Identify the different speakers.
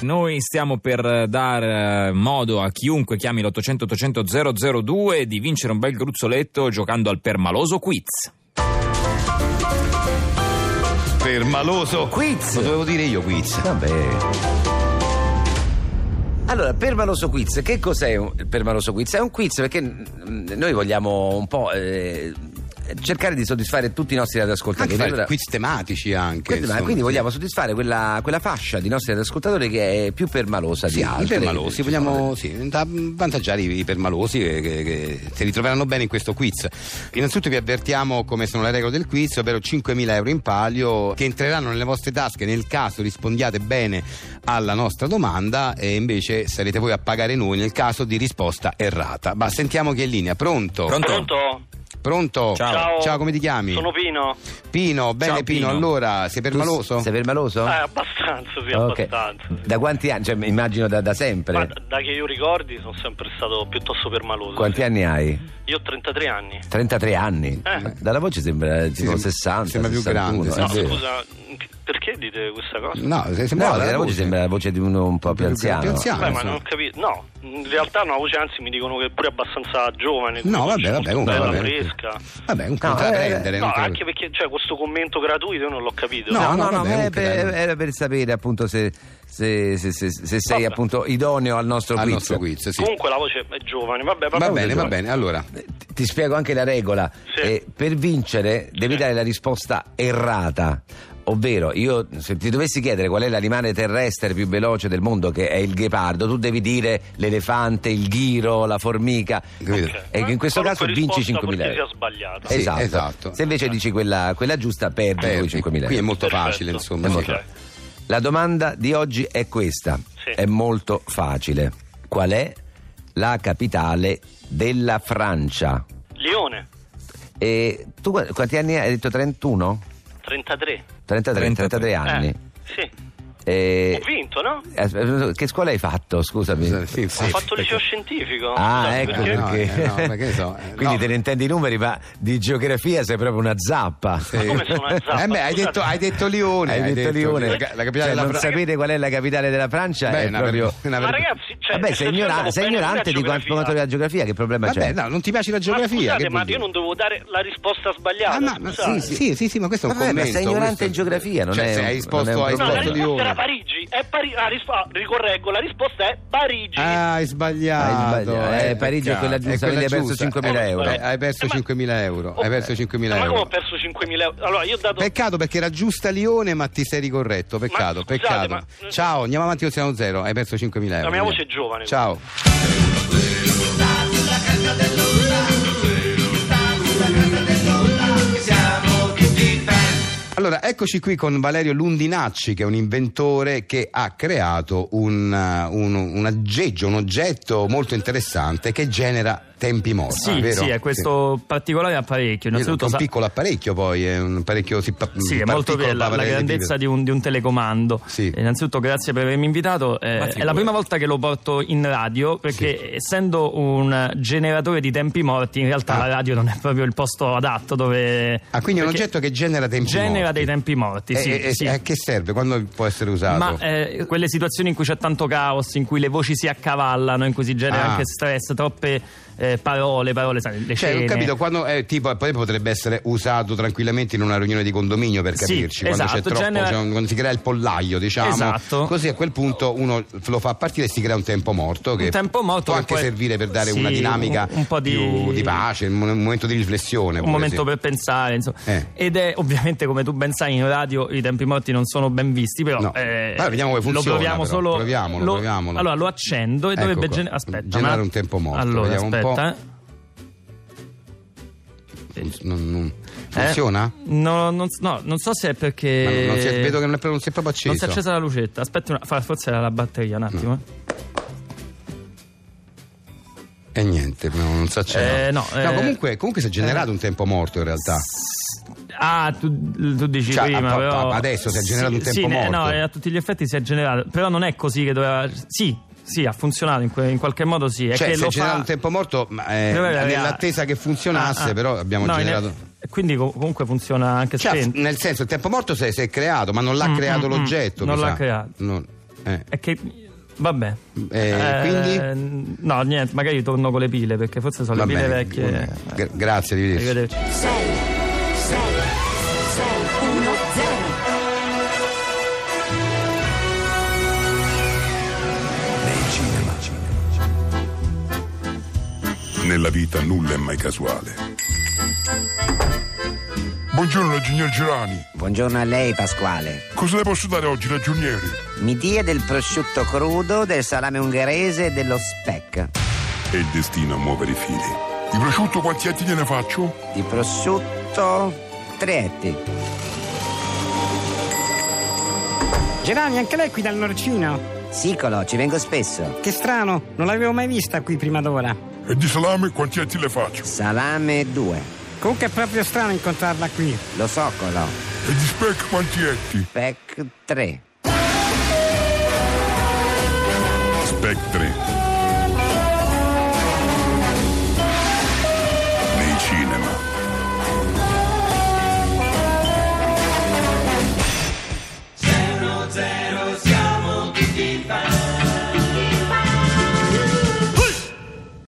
Speaker 1: Noi stiamo per dar eh, modo a chiunque chiami l'800-800-002 di vincere un bel gruzzoletto giocando al permaloso quiz.
Speaker 2: Per maloso
Speaker 3: Quiz.
Speaker 2: Lo dovevo dire io quiz.
Speaker 3: Vabbè. Allora, permaloso quiz, che cos'è un- il permaloso quiz? È un quiz perché mm, noi vogliamo un po' eh, cercare di soddisfare tutti i nostri
Speaker 2: Anche
Speaker 3: radioascoltatori.
Speaker 2: fare
Speaker 3: Allora,
Speaker 2: quiz tematici anche.
Speaker 3: quindi- ma
Speaker 2: insomma.
Speaker 3: quindi vogliamo soddisfare quella, quella fascia di nostri radioascoltatori che è più permalosa
Speaker 2: Sì,
Speaker 3: di
Speaker 2: i
Speaker 3: altri.
Speaker 2: permalosi, vogliamo sì, da- vantaggiare i i permalosi eh, che, che si ritroveranno bene in questo quiz. Innanzitutto vi avvertiamo come sono le regole del quiz, ovvero 5.000 euro in palio che entreranno nelle vostre tasche nel caso rispondiate bene alla nostra domanda e invece sarete voi a pagare noi nel caso di risposta errata. Ma sentiamo chi è in linea, pronto?
Speaker 1: Pronto?
Speaker 4: Pronto?
Speaker 2: Pronto?
Speaker 1: Ciao.
Speaker 2: come ti chiami?
Speaker 4: Sono Pino.
Speaker 2: Pino, bene
Speaker 1: Ciao,
Speaker 2: Pino.
Speaker 1: Pino.
Speaker 2: allora sei
Speaker 3: Tu
Speaker 2: permaloso?
Speaker 3: Sei permaloso?
Speaker 4: Eh, abbastanza, sì,
Speaker 3: Ok.
Speaker 4: abbastanza. sì.
Speaker 3: Da quanti anni? Cioè, immagino da, da sempre.
Speaker 4: Ma da, da che io ricordi sono sempre stato piuttosto permaloso.
Speaker 3: Quanti
Speaker 4: sì.
Speaker 3: anni hai?
Speaker 4: Io ho 33 anni.
Speaker 3: 33 anni.
Speaker 4: Eh.
Speaker 3: Dalla voce sembra eh, tipo
Speaker 2: sembra-
Speaker 3: 60.
Speaker 2: sembra più
Speaker 3: 61,
Speaker 2: grande,
Speaker 3: eh,
Speaker 2: sì.
Speaker 4: No,
Speaker 3: sì.
Speaker 4: scusa, perché dite questa cosa?
Speaker 2: No, sei
Speaker 3: No,
Speaker 2: sembrava
Speaker 3: perché la voce sembra la voce di uno un po' più
Speaker 2: Più- più
Speaker 3: anziano.
Speaker 2: anziano.
Speaker 4: Beh, ma
Speaker 2: insomma.
Speaker 4: non ho capito. No, in realtà no, voce anzi mi dicono che è pure abbastanza giovane.
Speaker 2: No,
Speaker 4: quindi
Speaker 2: vabbè, vabbè,
Speaker 4: molto
Speaker 2: comunque,
Speaker 4: bella,
Speaker 2: vabbè.
Speaker 4: fresca.
Speaker 2: Vabbè, un conto da
Speaker 3: eh,
Speaker 2: prendere.
Speaker 4: No,
Speaker 2: non credo.
Speaker 4: anche perché cioè, questo commento gratuito io non l'ho capito.
Speaker 2: No,
Speaker 3: No,
Speaker 2: no,
Speaker 3: no, no,
Speaker 2: vabbè,
Speaker 3: ma
Speaker 2: comunque
Speaker 3: è per-
Speaker 2: dai.
Speaker 3: era per sapere appunto se, se- se- se- se sei
Speaker 4: Vabbè.
Speaker 3: appunto idoneo al nostro
Speaker 2: al
Speaker 3: quiz.
Speaker 2: nostro quiz, sì.
Speaker 4: Comunque la voce è giovane. Vabbè,
Speaker 2: Va
Speaker 4: vabbè.
Speaker 2: bene, va bene. Allora,
Speaker 3: Eh, ti- Ti spiego anche la regola.
Speaker 4: Sì.
Speaker 3: Eh, per vincere devi
Speaker 4: Sì.
Speaker 3: dare la risposta errata. Ovvero, io se ti dovessi chiedere qual è l'animale terrestre più veloce del mondo, che è il ghepardo, tu devi dire l'elefante, il ghiro, la formica.
Speaker 2: capito?
Speaker 4: Ok.
Speaker 3: E che in questo
Speaker 4: Qualunque
Speaker 3: caso vinci
Speaker 4: risposta,
Speaker 3: 5.000
Speaker 4: purché
Speaker 3: euro.
Speaker 4: sia sbagliata.
Speaker 2: Sì, esatto.
Speaker 3: Se invece dici quella, quella giusta, perdi
Speaker 2: Beh,
Speaker 3: quei 5.000
Speaker 2: qui è
Speaker 3: euro.
Speaker 2: molto
Speaker 4: Perfetto.
Speaker 2: facile, insomma.
Speaker 4: Ok.
Speaker 2: sì.
Speaker 3: La domanda di oggi è questa.
Speaker 4: Sì.
Speaker 3: È molto facile. Qual è la capitale della Francia?
Speaker 4: Lione,
Speaker 3: E tu qu- quanti anni hai? Hai detto 31?
Speaker 4: 33.
Speaker 3: 33, 33 anni.
Speaker 4: Eh, sì.
Speaker 3: E-
Speaker 4: Ho vinto, no?
Speaker 3: Aspetta, Che scuola hai fatto? Scusami.
Speaker 2: Sì, sì,
Speaker 4: Ho fatto
Speaker 2: perché-
Speaker 4: liceo scientifico.
Speaker 3: Ah,
Speaker 4: Sì,
Speaker 3: ecco
Speaker 4: perché-
Speaker 2: no,
Speaker 3: perché.
Speaker 2: eh, no, perché so, eh,
Speaker 3: Quindi
Speaker 2: no.
Speaker 3: te ne intendi i numeri, ma di geografia sei proprio una zappa.
Speaker 2: Sì.
Speaker 4: Ma come sono una zappa?
Speaker 2: Eh beh, hai
Speaker 4: Scusate.
Speaker 2: detto, hai detto Lione.
Speaker 3: Hai detto Lione.
Speaker 2: La, la capitale
Speaker 3: Cioè,
Speaker 2: della
Speaker 3: non
Speaker 2: Fra-
Speaker 3: sapete qual è la capitale della Francia?
Speaker 2: Beh,
Speaker 3: è
Speaker 2: una
Speaker 3: proprio.
Speaker 2: ver- una
Speaker 4: Ma
Speaker 2: ver-
Speaker 4: ragazzi, cioè,
Speaker 3: Vabbè, sei,
Speaker 4: se
Speaker 3: ignora-
Speaker 4: andavo
Speaker 3: sei
Speaker 4: bene
Speaker 3: ignorante di
Speaker 4: nella
Speaker 3: quanto
Speaker 4: geografia-
Speaker 3: della geografia, che problema
Speaker 2: Vabbè,
Speaker 3: c'è?
Speaker 2: no, non ti piace la
Speaker 4: Ma
Speaker 2: geografia?
Speaker 4: scusate,
Speaker 2: che
Speaker 4: ma
Speaker 2: vuol
Speaker 4: io non devo dare la risposta
Speaker 2: dire?
Speaker 4: sbagliata.
Speaker 2: Ah, ma, ma sì,
Speaker 4: scusate.
Speaker 2: sì, sì, sì, ma questo è un
Speaker 3: Vabbè, ma
Speaker 2: commento.
Speaker 3: sei ignorante
Speaker 2: questo-
Speaker 3: in geografia, non
Speaker 2: cioè,
Speaker 3: è
Speaker 2: se
Speaker 3: un-
Speaker 2: hai
Speaker 3: non è
Speaker 2: risposto, hai
Speaker 3: un
Speaker 4: No, la
Speaker 2: risposto
Speaker 3: problema.
Speaker 4: risposta era
Speaker 2: Lione.
Speaker 4: Parigi. È Pari- ah, rispo- ah, ricorreggo, la risposta è Parigi.
Speaker 2: Ah, hai
Speaker 3: Hai
Speaker 2: sbagliato.
Speaker 3: sbagliato. Eh, Parigi è
Speaker 2: peccato.
Speaker 3: quella giusta,
Speaker 2: quella
Speaker 3: quindi hai perso
Speaker 2: giusta.
Speaker 3: 5.000
Speaker 2: Eh,
Speaker 4: euro.
Speaker 2: Hai perso
Speaker 4: Eh, ma-
Speaker 2: 5.000 euro. Hai
Speaker 4: Oh,
Speaker 2: perso 5.000
Speaker 4: Ma come
Speaker 2: euro.
Speaker 4: ho perso 5.000 euro? Allora, io ho dato...
Speaker 2: Peccato perché era giusta Lione, ma ti sei ricorretto. Peccato,
Speaker 4: scusate,
Speaker 2: peccato.
Speaker 4: ma- eh,
Speaker 2: Ciao, andiamo avanti con Siamo Zero. Hai perso 5.000 euro.
Speaker 4: mia
Speaker 2: Via.
Speaker 4: voce è giovane.
Speaker 2: Ciao. Allora, eccoci qui con Valerio Lundinacci, che è un inventore che ha creato un, uh, un- un aggeggio, un oggetto molto interessante che genera tempi morti.
Speaker 5: Sì,
Speaker 2: Ah, vero?
Speaker 5: sì, è questo particolare apparecchio.
Speaker 2: È
Speaker 5: Innanzitutto
Speaker 2: un
Speaker 5: sa-
Speaker 2: piccolo apparecchio poi, è un apparecchio si pa-
Speaker 5: sì, è
Speaker 2: pa-
Speaker 5: molto
Speaker 2: piccolo,
Speaker 5: bella la
Speaker 2: parallele,
Speaker 5: grandezza
Speaker 2: tipo.
Speaker 5: di un, di un telecomando. Eh,
Speaker 2: Sì.
Speaker 5: Innanzitutto grazie per avermi invitato. Eh,
Speaker 1: Ma
Speaker 5: è
Speaker 1: figurati.
Speaker 5: la prima volta che lo porto in radio perché essendo un generatore di tempi morti, in realtà
Speaker 2: Ah.
Speaker 5: la radio non è proprio il posto adatto dove...
Speaker 2: Ah, quindi è un
Speaker 5: perché
Speaker 2: oggetto che genera tempi
Speaker 5: genera
Speaker 2: morti. Eh,
Speaker 5: dei tempi morti, sì.
Speaker 2: E- e-
Speaker 5: sì.
Speaker 2: e a che serve? Quando può essere usato?
Speaker 5: Ma eh, quelle situazioni in cui c'è tanto caos, in cui le voci si accavallano, in cui si genera
Speaker 2: Ah.
Speaker 5: anche stress, troppe eh, parole, parole, sai, le
Speaker 2: cioè,
Speaker 5: scene.
Speaker 2: ho capito, quando è tipo, poi potrebbe essere usato tranquillamente in una riunione di condominio per
Speaker 5: Sì,
Speaker 2: capirci, quando c'è
Speaker 5: esatto,
Speaker 2: troppo,
Speaker 5: genera-
Speaker 2: cioè, quando si crea il pollaio, diciamo.
Speaker 5: Esatto.
Speaker 2: Così a quel punto uno lo fa partire e si crea un tempo morto che
Speaker 5: Un tempo morto
Speaker 2: può
Speaker 5: che
Speaker 2: anche
Speaker 5: poi-
Speaker 2: servire per dare
Speaker 5: sì,
Speaker 2: una dinamica
Speaker 5: un- un po' di-
Speaker 2: più di pace, un mo- un momento di riflessione.
Speaker 5: un
Speaker 2: pure,
Speaker 5: momento
Speaker 2: sì.
Speaker 5: per pensare, insomma.
Speaker 2: Eh.
Speaker 5: Ed è ovviamente, come tu ben sai, in radio i tempi morti non sono ben visti, però
Speaker 2: No.
Speaker 5: eh,
Speaker 2: Allora, vediamo come funziona,
Speaker 5: Lo proviamo
Speaker 2: però.
Speaker 5: solo.
Speaker 2: Proviamolo,
Speaker 5: lo,
Speaker 2: proviamolo.
Speaker 5: Allora lo accendo e
Speaker 2: Ecco
Speaker 5: dovrebbe
Speaker 2: qua.
Speaker 5: gener- aspetta,
Speaker 2: Generare
Speaker 5: ma-
Speaker 2: un tempo morto,
Speaker 5: Allora,
Speaker 2: vediamo un
Speaker 5: aspetta. eh.
Speaker 2: Fun- non- non-
Speaker 5: eh.
Speaker 2: Funziona?
Speaker 5: Eh, No, non, s- no, non so se è perché.
Speaker 2: Ma non- non si è- vedo che non è proprio- non si è proprio acceso.
Speaker 5: Eh, Non si è accesa la lucetta. Aspetta, una- fa- forse era la batteria
Speaker 2: Mm.
Speaker 5: un attimo. eh.
Speaker 2: E niente, no, non so c'è.
Speaker 5: Eh, no, eh,
Speaker 2: comunque, comunque si è generato un tempo morto in realtà.
Speaker 5: Ah, tu, tu dici
Speaker 2: Cioè,
Speaker 5: prima,
Speaker 2: a- a-
Speaker 5: però...
Speaker 2: adesso si è generato un tempo
Speaker 5: sì, ne-
Speaker 2: morto.
Speaker 5: no, eh, a tutti gli effetti si è generato, però non è così che doveva... Sì, sì, ha funzionato in, que- in qualche modo, sì. È
Speaker 2: cioè,
Speaker 5: che
Speaker 2: si è
Speaker 5: lo
Speaker 2: generato
Speaker 5: fa-
Speaker 2: un tempo morto, ma, eh,
Speaker 5: Doveva-
Speaker 2: nell'attesa che funzionasse,
Speaker 5: Ah, ah.
Speaker 2: però abbiamo
Speaker 5: No, in-
Speaker 2: generato.
Speaker 5: Quindi co- comunque funziona anche
Speaker 2: Cioè,
Speaker 5: spento.
Speaker 2: nel senso, il tempo morto si è, si è creato, ma non l'ha
Speaker 5: Mm,
Speaker 2: creato
Speaker 5: mm, mm.
Speaker 2: l'oggetto.
Speaker 5: Non
Speaker 2: mi
Speaker 5: l'ha
Speaker 2: sa.
Speaker 5: creato.
Speaker 2: Non- Eh.
Speaker 5: È che. Vabbè.
Speaker 2: Eh,
Speaker 5: quindi? No, niente, magari torno con le pile perché forse sono
Speaker 2: Va
Speaker 5: le pile
Speaker 2: bene.
Speaker 5: vecchie.
Speaker 2: Gra- grazie, arrivederci.
Speaker 5: Arrivederci.
Speaker 6: 6 6 6 1 0 Dei
Speaker 7: cinema.
Speaker 8: Nella vita nulla è mai casuale. Buongiorno, signor Girani.
Speaker 3: Buongiorno a lei, Pasquale.
Speaker 8: Cosa le posso dare oggi, ragionieri?
Speaker 3: Mi dia del prosciutto crudo, del salame ungherese e dello speck.
Speaker 8: È il destino a muovere i fili. Di prosciutto quanti atti gliene faccio?
Speaker 3: Di prosciutto, tre etti.
Speaker 9: Gerani, anche lei qui dal Norcino?
Speaker 3: Sicolo, ci vengo spesso.
Speaker 9: Che strano, non l'avevo mai vista qui prima d'ora.
Speaker 8: E di salame quanti atti le faccio?
Speaker 3: Salame, due.
Speaker 9: Comunque è proprio strano incontrarla qui.
Speaker 3: Lo socolo,
Speaker 8: E di spec quanti atti?
Speaker 3: speck, tre.
Speaker 8: Spec 3.